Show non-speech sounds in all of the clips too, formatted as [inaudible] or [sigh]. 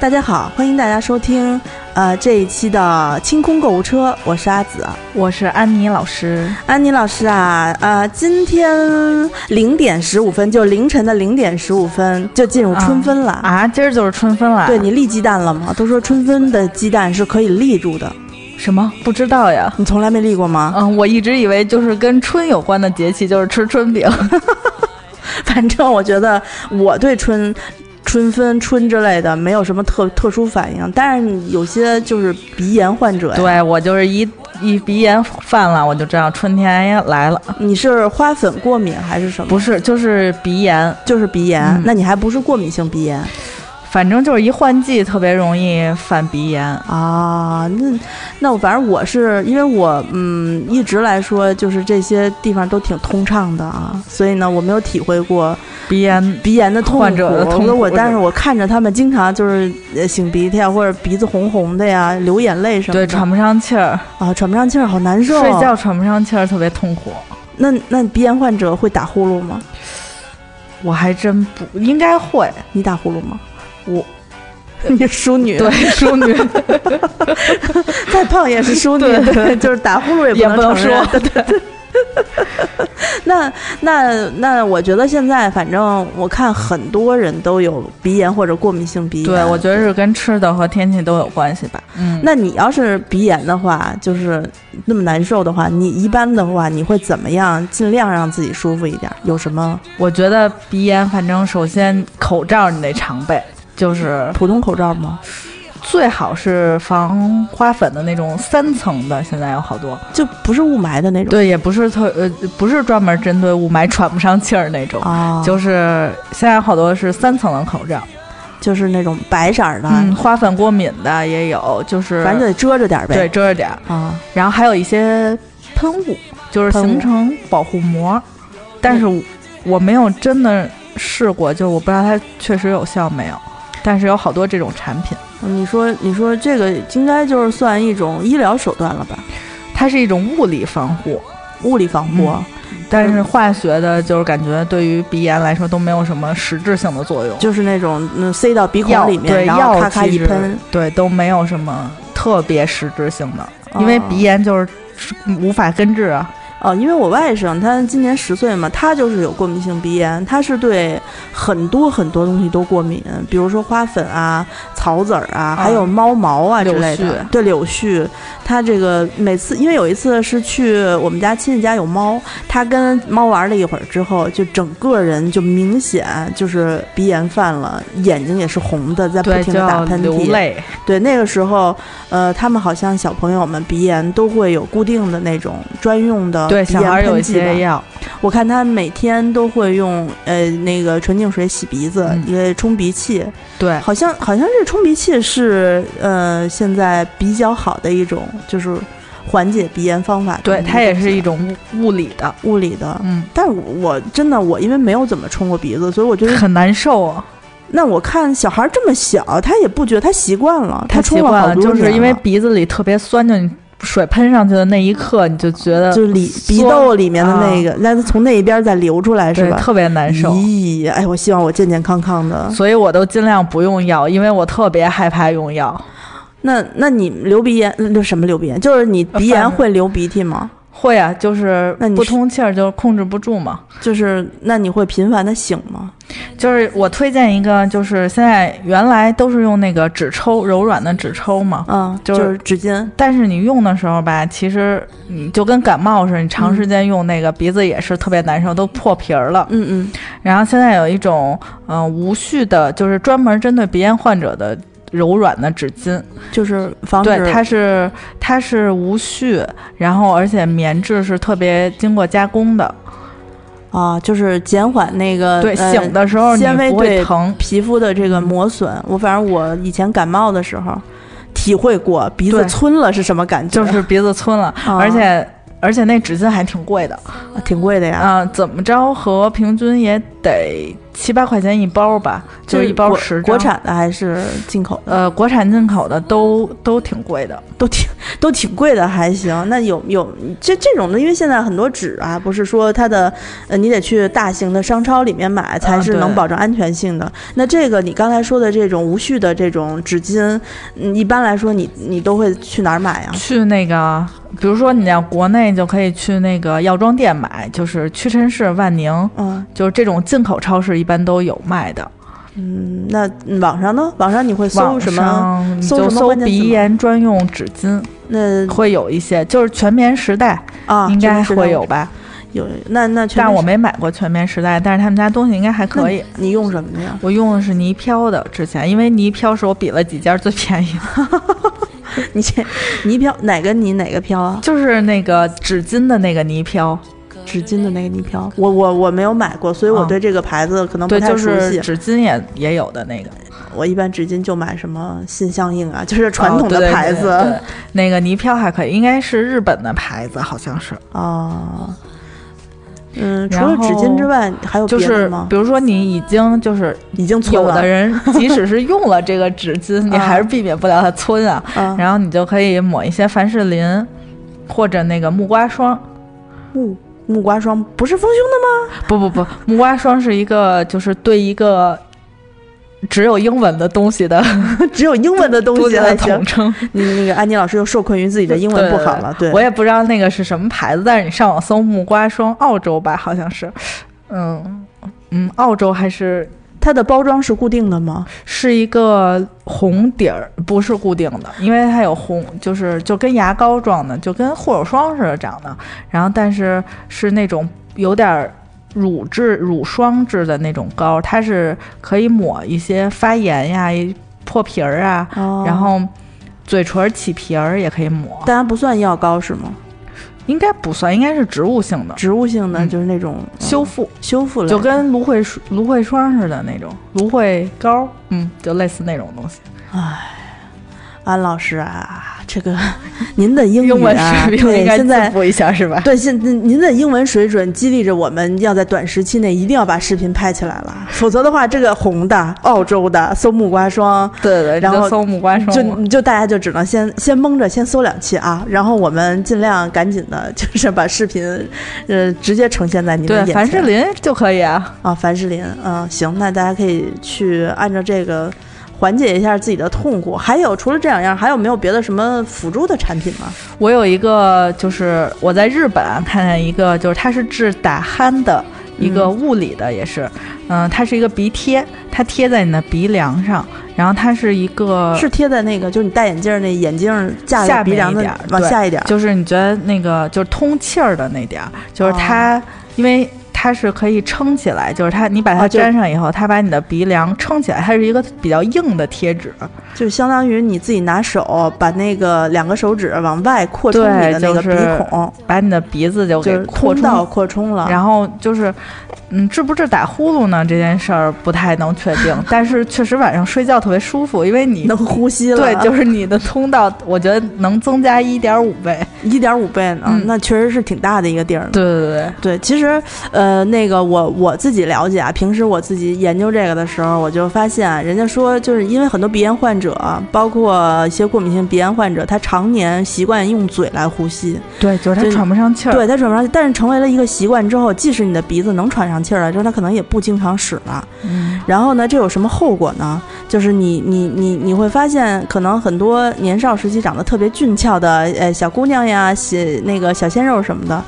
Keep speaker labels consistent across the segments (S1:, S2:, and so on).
S1: 大家好，欢迎大家收听呃这一期的清空购物车，我是阿紫。
S2: 我是安妮老师。
S1: 安妮老师啊，呃，今天零点十五分，就凌晨的零点十五分就进入春分了。
S2: 啊，今儿就是春分了。
S1: 对，你立鸡蛋了吗？都说春分的鸡蛋是可以立住的，
S2: 什么不知道呀？
S1: 你从来没立过吗？
S2: 嗯，我一直以为就是跟春有关的节气就是吃春饼。
S1: [laughs] 反正我觉得我对春、春分、春之类的没有什么特特殊反应，但是有些就是鼻炎患者呀。
S2: [laughs] 对我就是一一鼻炎犯了，我就知道春天要来了。
S1: 你是花粉过敏还是什么？
S2: 不是，就是鼻炎，
S1: 就是鼻炎，
S2: 嗯
S1: 那你还不是过敏性鼻炎
S2: 反正就是一换季特别容易犯鼻炎。
S1: 啊？那那我反正我是因为我嗯一直来说就是这些地方都挺通畅的啊，所以呢我没有体会过
S2: 鼻炎
S1: 鼻炎的痛苦。
S2: 患者的痛苦
S1: 我我但是我看着他们经常就是呃擤鼻涕啊，或者鼻子红红的呀，流眼泪什么
S2: 对
S1: 的，
S2: 喘不上气儿，
S1: 啊喘不上气儿，好难受。啊
S2: 睡觉喘不上气儿特别痛苦。
S1: 那那鼻炎患者会打呼噜吗？
S2: 我还真不应该会，
S1: 你打呼噜吗？
S2: 我
S1: [laughs] 你淑女，
S2: 对，淑女
S1: 再胖也是淑女，
S2: 对对
S1: [laughs] 就是打呼噜
S2: [laughs] 也
S1: 不
S2: 不能
S1: 承认
S2: 说，
S1: 那那那，我觉得现在反正我看很多人都有鼻炎或者过敏性鼻炎。
S2: 对，我觉得是跟吃的和天气都有关系吧。嗯，
S1: 那你要是鼻炎的话，就是那么难受的话，你一般的话你会怎么样？尽量让自己舒服一点。有什么
S2: 我觉得鼻炎，反正首先口罩你得常备，就是
S1: 普通口罩吗？
S2: 最好是防花粉的那种三层的，现在有好多。
S1: 就不是雾霾的那种。
S2: 对，也不是特呃，不是专门针对雾霾喘不上气儿那种，
S1: 啊，就
S2: 就是现在有好多是三层的口罩。
S1: 就是那种白色儿的，
S2: 嗯，花粉过敏的也有，就是
S1: 反正就得遮着点儿呗。
S2: 对遮着点儿，
S1: 啊，
S2: 然后还有一些喷雾，就是
S1: 喷雾
S2: 形成保护膜，但是我我没有真的试过，就是我不知道它确实有效没有。但是有好多这种产品，
S1: 你说你说这个应该就是算一种医疗手段了吧？
S2: 它是一种物理防护，
S1: 物理防护。
S2: 嗯但是化学的，就是感觉对于鼻炎来说都没有什么实质性的作用，
S1: 就是那种嗯塞到鼻
S2: 药
S1: 孔里面，
S2: 对
S1: 然
S2: 药
S1: 后咔咔
S2: 其
S1: 一
S2: 实
S1: 喷，
S2: 对都没有什么特别实质性的，因为鼻炎就是是无法根治啊。
S1: 哦，因为我外甥他今年十岁嘛，他就是有过敏性鼻炎，他是对很多很多东西都过敏，比如说花粉啊、草籽儿啊，还有猫毛啊之
S2: 柳
S1: 类的
S2: 絮。
S1: 对柳絮，他这个每次，因为有一次是去我们家亲戚家有猫，他跟猫玩了一会儿之后，就整个人就明显就是鼻炎犯了，眼睛也是红的，在不
S2: 对，
S1: 停的打
S2: 叫
S1: 喷
S2: 流
S1: 嚏。
S2: 泪，
S1: 对，那个时候，呃，他们好像小朋友们鼻炎都会有固定的那种专用的
S2: 对，
S1: 哦鼻
S2: 小
S1: 炎
S2: 孩有
S1: 喷
S2: 一
S1: 剂
S2: 些
S1: 吧。
S2: 药，
S1: 我看他每天都会用呃那个纯净水洗鼻子，
S2: 嗯
S1: 一个冲鼻器，
S2: 对，
S1: 好像好像这冲鼻器是呃现在比较好的一种，就是缓解鼻炎方法。
S2: 对，它也是一种物物理的，
S1: 物理的。
S2: 嗯，
S1: 但我我真的我因为没有怎么冲过鼻子，所以我觉
S2: [laughs]
S1: 得
S2: 很难受啊。
S1: 那我看小孩这么小，他也不觉得他习惯了，
S2: 他
S1: 冲
S2: 习
S1: 了
S2: 惯
S1: 好
S2: 了，
S1: 多
S2: 就是
S1: 年
S2: 因为
S1: 了
S2: 鼻子里特别酸，就你水喷上去的那一刻，你就觉得
S1: 就是里
S2: 酸
S1: 鼻窦里面的那个，那、从那一边再流出来是
S2: 对
S1: 吧？
S2: 特别难受。
S1: 咦，哎，我希望我健健康康的。
S2: 所以我都尽量不用药，因为我特别害怕用药，
S1: 那那你流鼻炎，那什么流鼻炎？就是你鼻炎
S2: 反正
S1: 会流鼻涕吗？
S2: 会啊，就是
S1: 那你
S2: 不
S1: 是
S2: 通气儿就控制不住嘛。
S1: 就是那你会频繁的醒吗？
S2: 就是我推荐一个，就是现在原来都是用那个纸抽，柔软的纸抽嘛。
S1: 嗯，
S2: 就是
S1: 是纸巾。
S2: 但是你用的时候吧，其实你就跟感冒似的，你长时间用那个，鼻子也是特别难受，都破皮儿了。
S1: 嗯嗯，
S2: 然后现在有一种嗯、呃无序的，就是专门针对鼻炎患者的柔软的纸巾，
S1: 就是防止
S2: 对，它是它是无序，然后而且棉质是特别经过加工的，
S1: 啊，就是减缓那个
S2: 对，
S1: 呃
S2: 醒的时候你
S1: 纤维
S2: 不会
S1: 对
S2: 疼，
S1: 皮肤的这个磨损。我反正我以前感冒的时候体会过，鼻子
S2: 对
S1: 皴了是什么感觉？
S2: 就是鼻子皴了，
S1: 啊
S2: 而且。而且那纸巾还挺贵的，
S1: 啊
S2: 啊
S1: 挺贵的呀。
S2: 啊、怎么着和平均也得七八块钱一包吧，就是一包
S1: 国
S2: 十张。
S1: 国产的还是进口的？
S2: 呃，国产进口的都都挺贵的，
S1: 都挺都挺贵的，还行。那有有这这种的，因为现在很多纸啊，不是说它的呃，你得去大型的商超里面买才是
S2: 啊对
S1: 能保证安全性的。那这个你刚才说的这种无序的这种纸巾，嗯一般来说你你都会去哪儿买呀？
S2: 去那个，比如说你在国内就可以去那个药妆店买，就是屈臣氏、万宁，
S1: 嗯
S2: 就是这种进口超市一般都有卖的。
S1: 嗯，那嗯网上呢？网上你会搜
S2: 网
S1: 什么？
S2: 上你
S1: 搜
S2: 就
S1: 什么
S2: 搜
S1: 关键词
S2: 鼻
S1: 吗
S2: 炎专用纸巾，
S1: 那
S2: 会有一些，就是全棉时代、
S1: 啊，
S2: 应该
S1: 就是这
S2: 会
S1: 种
S2: 有吧，
S1: 有那那全
S2: 但
S1: 都
S2: 是我
S1: 是
S2: 没买过全棉时代，但是他们家东西应该
S1: 那
S2: 还可以。
S1: 你用什么的呀？ [laughs]
S2: 我用的是泥漂的，之前因为泥漂是我比了几家最便宜的， [laughs]
S1: 你这泥漂哪个泥哪个漂啊？
S2: 就是那个纸巾的那个泥漂，
S1: 纸巾的那个泥漂，我我我没有买过，所以我
S2: 啊
S1: 对这个牌子可能不
S2: 对，
S1: 太
S2: 就
S1: 熟悉。
S2: 是纸巾也也有的那个
S1: 我一般纸巾就买什么信相印啊，就是传统
S2: 哦对
S1: 的
S2: 对
S1: 牌子
S2: 对对
S1: 啊、
S2: 对那个泥漂还可以，应该是日本的牌子，好像
S1: 哦
S2: 是。
S1: 啊嗯，除
S2: 然
S1: 了
S2: 后
S1: 纸巾之外，还有
S2: 就
S1: 别
S2: 是
S1: 的吗？
S2: 比如说你已经就是
S1: 已经存
S2: 有
S1: 了
S2: 的人
S1: [laughs]
S2: 即使是用了这个纸巾，
S1: 嗯
S2: 你还是避免不了它皴啊。
S1: 啊，
S2: 然后你就可以抹一些凡士林，或者那个木瓜霜。
S1: 木木瓜霜不是丰胸的
S2: 不不不， [laughs] 木瓜霜是一个就是对一个只有英文的东西的
S1: 吗？ [laughs] 只有英文的东
S2: 东
S1: 西
S2: 西的
S1: 还行
S2: 统。称。
S1: 你 [laughs] 那个安妮老师又受困于自己的英文不好了，对，
S2: 我也不知道那个是什么牌子，但是你上网搜木瓜霜，澳洲吧，好像是，嗯嗯，澳洲还是
S1: 它的包装是固定的吗？
S2: 是一个红底儿，不是固定的，因为它有红，就是就跟牙膏状的，就跟护手霜似的长的。然后，但是是那种有点儿乳质、乳霜质的那种膏，它是可以抹一些发炎呀、 [laughs] 破皮儿啊，
S1: 哦，
S2: 然后嘴唇起皮儿也可以抹，
S1: 当然不算药膏是吗？
S2: 应该不算，应该是植物性的
S1: 植物性的
S2: 嗯
S1: 就是那种、嗯
S2: 修复，
S1: 修复类的，
S2: 就跟芦荟水芦荟霜似的那种芦荟膏，嗯，就类似那种东西。
S1: 安老师啊，这个 [laughs] 您的英语、啊、
S2: 英文水平应
S1: 对
S2: 该
S1: 现
S2: 进
S1: 在。
S2: 步一下是吧？
S1: [laughs] 对，现嗯您的英文水准激励着我们要在短时期内一定要把视频拍起来了，否则的话，这个红的、澳洲的搜木瓜霜，
S2: 对对，
S1: 然后
S2: 就搜木瓜霜
S1: 就
S2: 嘛，
S1: 就大家就只能先先蒙着，先搜两期啊，然后我们尽量赶紧的， [laughs] 就是把视频，呃，直接呈现在你们
S2: 对
S1: 眼前。
S2: 凡士林就可以啊。
S1: 啊，凡士林，嗯，行，那大家可以去按照这个缓解一下自己的痛苦。还有，除了这两样，还有没有别的什么辅助的产品吗？
S2: 我有一个，就是我在日本啊看见一个，就是它是治打鼾的一个物理的，也是，嗯、它是一个鼻贴，它贴在你的鼻梁上，然后它是一个，
S1: 是贴在那个，就是你戴眼镜儿那眼镜儿架
S2: 呃下
S1: 在鼻
S2: 面
S1: 梁
S2: 一
S1: 的
S2: 点儿
S1: 往
S2: 对
S1: 下一点儿，
S2: 就是你觉得那个就是通气儿的那点儿，
S1: 哦
S2: 就是它，因为。它是可以撑起来，就是它，你把它
S1: 啊就是
S2: 粘上以后，它把你的鼻梁撑起来，它是一个比较硬的贴纸。
S1: 就相当于你自己拿手把那个两个手指往外扩充
S2: 对
S1: 你的那个
S2: 就
S1: 鼻
S2: 是
S1: 孔，
S2: 把你的鼻子
S1: 就
S2: 就给
S1: 是
S2: 扩
S1: 通
S2: 充
S1: 道扩充了。
S2: 然后就是，嗯，治不治打呼噜呢？这件事儿不太能确
S1: [laughs]
S2: 定，但是确实晚上睡觉特别舒服，因为你
S1: 能呼吸了，
S2: 对，就是你的通道，我觉得能增加一点五倍。
S1: 一点五倍呢，
S2: 嗯
S1: 那确实是挺大的一个地儿呢。
S2: 对对对，
S1: 对，其实呃，那个我我自己了解啊，平时我自己研究这个的时候，我就发现啊，人家说就是因为很多鼻炎患者，啊包括一些过敏性鼻炎患者，他常年习惯用嘴来呼吸，
S2: 对，
S1: 就
S2: 就是他
S1: 是
S2: 喘不上气儿。
S1: 对他喘不上气，但是成为了一个习惯之后，即使你的鼻子能喘上气儿来之后，他可能也不经常使了。
S2: 嗯，
S1: 然后呢，这有什么后果呢？就是你你你你会发现，可能很多年少时期长得特别俊俏的呃小姑娘呀，小那个小鲜肉什么的。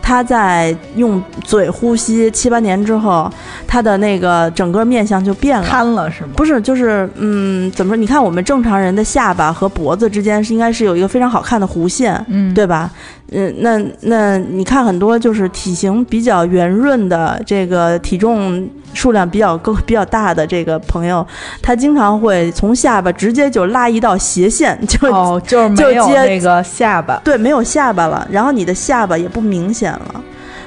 S1: 她在用嘴呼吸七八年之后，她的那个整个面相就变了。
S2: 瘫了是吗？
S1: 不是，就是嗯，怎么说？你看我们正常人的下巴和脖子之间是应该是有一个非常好看的弧线，
S2: 嗯，
S1: 对吧？嗯，那那你看很多就是体型比较圆润的，这个体重数量比较够比较大的这个朋友，他经常会从下巴直接就拉一道斜线，就、
S2: [laughs]
S1: [laughs]
S2: 哦，就是
S1: 就
S2: 没有
S1: 接
S2: 那个下巴。
S1: 对没有下巴了，然后你的下巴也不明显了，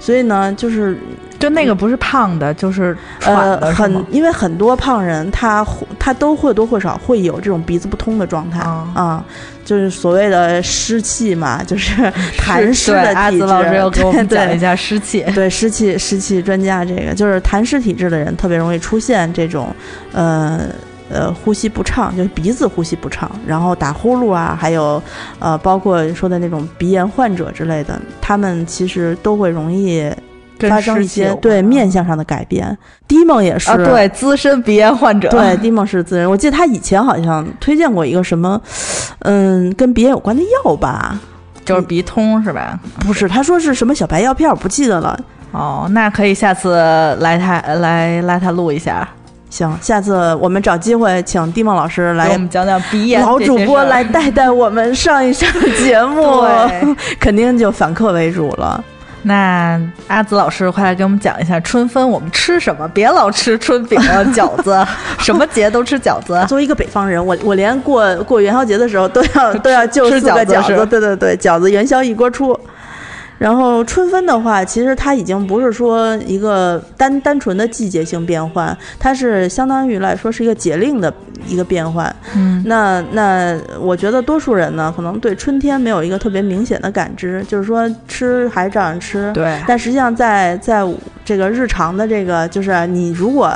S1: 所以呢，就是
S2: 就那个不是胖的，就是喘
S1: 呃，
S2: 的是吗，
S1: 很因为很多胖人他会他都会多或少会有这种鼻子不通的状态
S2: 啊
S1: 啊、就是所谓的湿气嘛，就是痰湿
S2: 嗯对
S1: 的
S2: 阿
S1: 体
S2: 紫
S1: 质。
S2: 老师又给我们
S1: 对
S2: 讲了
S1: 对
S2: 一下湿
S1: [laughs]
S2: 气，
S1: 对湿气湿气专家，这个就是痰湿体质的人特别容易出现这种，呃呃呼吸不畅，就是鼻子呼吸不畅，然后打呼噜啊，还有呃包括说的那种鼻炎患者之类的，他们其实都会容易
S2: 跟
S1: 发生
S2: 湿
S1: 一
S2: 气
S1: 些
S2: 有关
S1: 对面相上的改变。低梦也是，
S2: 啊，对资深鼻炎患者，
S1: [laughs]
S2: 啊
S1: 对，低梦是自然。我记得他以前好像推荐过一个什么，嗯，跟鼻炎有关的药吧？
S2: 就是鼻通是吧？
S1: 不是，他说是什么小白药片，我不记得了。
S2: 哦，那可以下次来他呃来拉他录一下，
S1: 行，下次我们找机会请低梦老师
S2: 给我
S1: 来，
S2: 们讲讲鼻炎
S1: 老
S2: 这
S1: 主
S2: 些
S1: 播
S2: 事儿
S1: 来带带我们上一
S2: [laughs]
S1: 上节目，
S2: 对，
S1: [laughs] 肯定就反客为主了。
S2: 那阿紫老师，快来给我们讲一下春分我们吃什么？别老吃春饼、啊饺子， [laughs] 什么节都吃饺
S1: [laughs]
S2: 子。
S1: 作为一个北方人，我我连过过元宵节的时候都
S2: [laughs]
S1: 要都要就
S2: 吃
S1: 四个
S2: 饺子
S1: 饺
S2: 是
S1: 子，
S2: 吧
S1: 对对对，饺子元宵一锅出。然后春分的话，其实它已经不是说一个单单纯的季节性变换，它是相当于来说是一个节令的一个变换。
S2: 嗯，
S1: 那那我觉得多数人呢，可能对春天没有一个特别明显的感知，就是说吃还照样吃，
S2: 对，
S1: 但实际上在，在这个日常的这个，就是你如果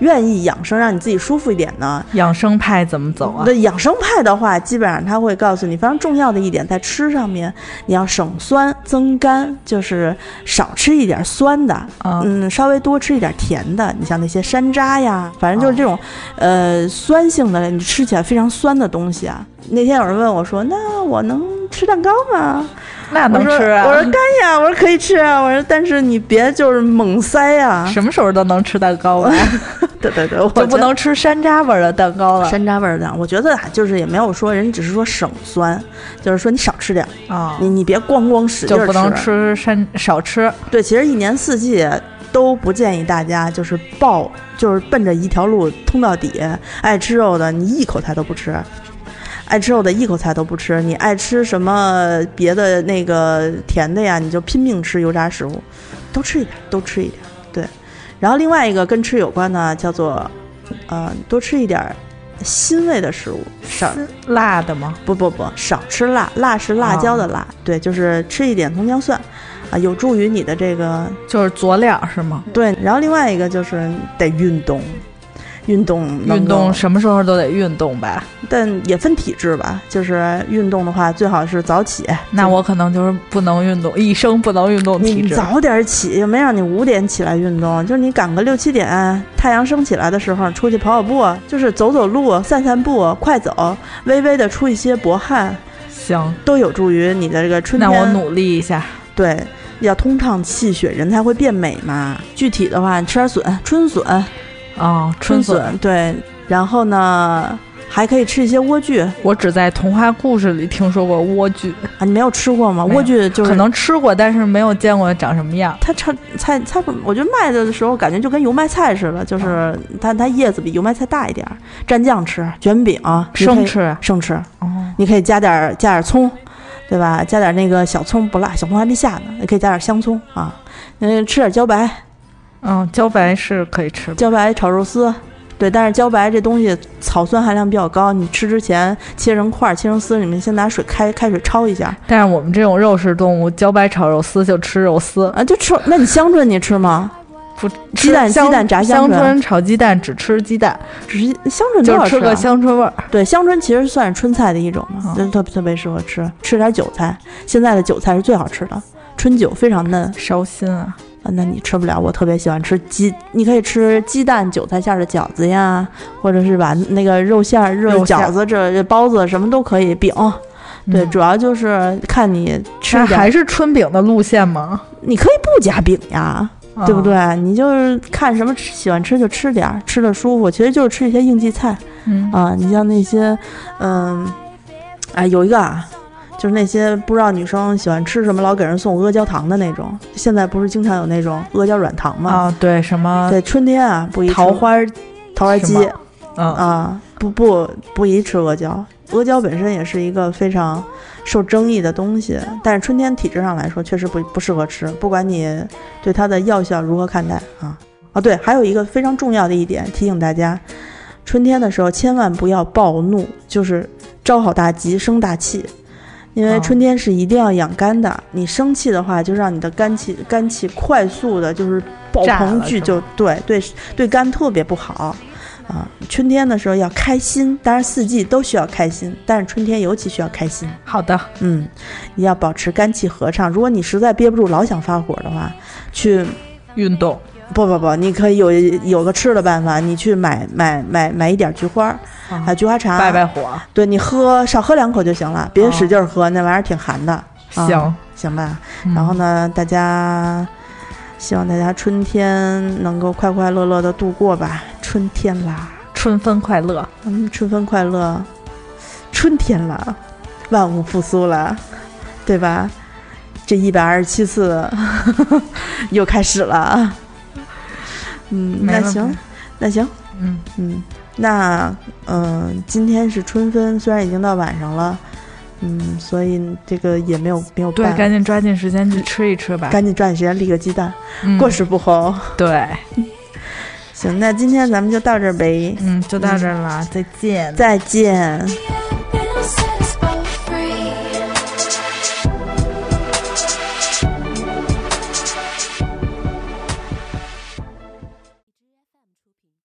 S1: 愿意养生，让你自己舒服一点呢，
S2: 养生派怎么走啊
S1: 那？养生派的话，基本上他会告诉你非常重要的一点，在吃上面你要省酸增甘，就是少吃一点酸的，
S2: 啊、
S1: 嗯，稍微多吃一点甜的。你像那些山楂呀，反正就是这种，
S2: 啊
S1: 呃，酸性的，你吃起来非常酸的东西啊。那天有人问我说：“那我能吃蛋糕吗？”
S2: 那
S1: 我
S2: 能
S1: 说：“
S2: 吃
S1: 我说
S2: 啊？
S1: 干呀，我说可以吃啊，我说但是你别就是猛塞呀。
S2: 什么时候都能吃蛋
S1: [laughs]
S2: 糕了，
S1: 对对对，我
S2: 就
S1: 觉
S2: 不
S1: 啊得
S2: 能吃山楂味儿的蛋糕了
S1: 山楂味儿的，我觉得啊，就是也没有说人，只是说省酸，就是说你少吃点儿，
S2: 啊、
S1: 你你别咣咣使劲
S2: 就
S1: 儿
S2: 不能吃山少吃。
S1: 对，其实一年四季都不建议大家就是暴，就是奔着一条路通到底。爱吃肉的，你一口菜都不吃。爱吃肉的一口菜都不吃，你爱吃什么别的那个甜的呀，你就拼命吃油炸食物，都吃一点，都吃一点。对，然后另外一个跟吃有关呢，叫做，呃，多吃一点儿辛味的食物，少
S2: 辣的吗？
S1: 不不不，少吃辣，辣是辣椒的辣，对，就是吃一点葱姜蒜，啊，有助于你的这个
S2: 就是佐料是吗？
S1: 对。然后另外一个就是得运动，运动能够
S2: 运动，什么时候都得运动吧。
S1: 但也分体质吧，就是运动的话，最好是早起。
S2: 那我可能就是不能运动，一生不能运动体
S1: 你
S2: 质。
S1: 早点起，又没让你五点起来运动，就是你赶个六七点，太阳升起来的时候出去跑跑步，就是走走路、散散步、快走，微微的出一些薄汗，
S2: 行，
S1: 都有助于你的这个春
S2: 那
S1: 天。
S2: 我努力一下。
S1: 对，要通畅气血，人才会变美嘛。具体的话，你吃点笋，春笋，
S2: 哦，
S1: 春
S2: 春笋。
S1: 对。然后呢，还可以吃一些莴苣
S2: 我只在童话故事里听说过莴苣，
S1: 啊，你没有吃过吗？
S2: 没有
S1: 莴苣就是
S2: 可能吃过，但是没有见过长什么样。
S1: 它炒菜菜谱，我觉得卖的时候感觉就跟油麦菜似的，
S2: 啊
S1: 就是它它叶子比油麦菜大一点儿，蘸酱吃，卷饼、你可以
S2: 生吃
S1: 生吃，
S2: 哦，
S1: 你可以加点儿加点儿葱，对吧？加点儿那个小葱不辣，小葱还没下呢，你可以加点儿香葱啊，嗯，吃点儿茭白，
S2: 嗯，茭白是可以吃的。
S1: 茭白炒肉丝，对，但是茭白这东西草酸含量比较高，你吃之前切成块儿、切成丝，你们先拿水开开水焯一下
S2: 但是我们这种肉食动物，茭白炒肉丝就吃肉丝，
S1: 啊，就吃。那你香椿你吃吗？
S2: 不
S1: 鸡蛋
S2: 吃香
S1: 鸡蛋炸香
S2: 香
S1: 椿
S2: 椿炒鸡蛋，只吃鸡蛋，
S1: 只是香椿多
S2: 就
S1: 少
S2: 是吃
S1: 啊
S2: 个香椿味儿。
S1: 对，香椿其实算是春菜的一种嘛
S2: 啊，
S1: 就特特别适合吃。吃点韭菜，现在的韭菜是最好吃的，春韭非常嫩
S2: 烧心啊！
S1: 啊。那你吃不了，我特别喜欢吃鸡，你可以吃鸡蛋韭菜馅儿的饺子呀，或者是把那个肉馅儿热
S2: 肉馅儿
S1: 饺子这这包子什么都可以，饼。对，
S2: 嗯
S1: 主要就是看你吃
S2: 那
S1: 点
S2: 还是春饼的路线吗？
S1: 你可以不加饼呀，对不
S2: 啊？
S1: 对？你就是看什么吃喜欢吃就吃点儿，吃的舒服。其实就是吃一些应季菜
S2: 嗯，
S1: 啊，你像那些，嗯，哎，有一个啊，就是那些不知道女生喜欢吃什么，老给人送阿胶糖的那种。现在不是经常有那种阿胶软糖吗？
S2: 啊，对，什么
S1: 对，春天啊不宜吃
S2: 桃花儿
S1: 桃花
S2: 什
S1: 鸡
S2: 么嗯，
S1: 啊啊，不不不宜吃阿胶，阿胶本身也是一个非常受争议的东西，但是春天体质上来说，确实不不适合吃，不管你对它的药效如何看待啊啊，对，还有一个非常重要的一点提醒大家，春天的时候千万不要暴怒，就是招好大吉，生大气。因为
S2: 哦
S1: 春天是一定要养肝的，你生气的话，就让你的肝气肝气快速的，就是爆
S2: 炸
S1: 棚
S2: 了
S1: 剧
S2: 是
S1: 就对对对肝特别不好啊。春天的时候要开心，当然四季都需要开心，但是春天尤其需要开心。
S2: 好的，
S1: 嗯，你要保持肝气合畅。如果你实在憋不住，老想发火的话，去
S2: 运动
S1: 不不不，你可以有有个吃的办法，你去买买买买一点菊花儿
S2: 啊
S1: 啊，菊花茶，
S2: 败败火，
S1: 对你喝少喝两口就行了，
S2: 哦
S1: 别使劲儿喝，那玩意儿挺寒的。啊
S2: 行。
S1: 行吧，
S2: 嗯
S1: 然后呢，大家希望大家春天能够快快乐乐的度过吧，春天啦，
S2: 春分快乐，
S1: 嗯，春分快乐，春天啦，万物复苏啦，对吧？这一百二十七次 [laughs] 又开始了，嗯，
S2: 没
S1: 那
S2: 问
S1: 行
S2: 题，
S1: 那行，
S2: 嗯，
S1: 嗯，那嗯、呃今天是春分，虽然已经到晚上了，嗯，所以这个也没有没有
S2: 对
S1: 办，法。
S2: 赶紧抓紧时间去吃一吃吧。
S1: 赶紧抓紧时间立个鸡蛋，
S2: 嗯
S1: 过时不候。
S2: 对，
S1: 行，那今天咱们就到这儿呗，
S2: 嗯嗯，就到这儿了，再见。
S1: 再见。
S3: Yeah.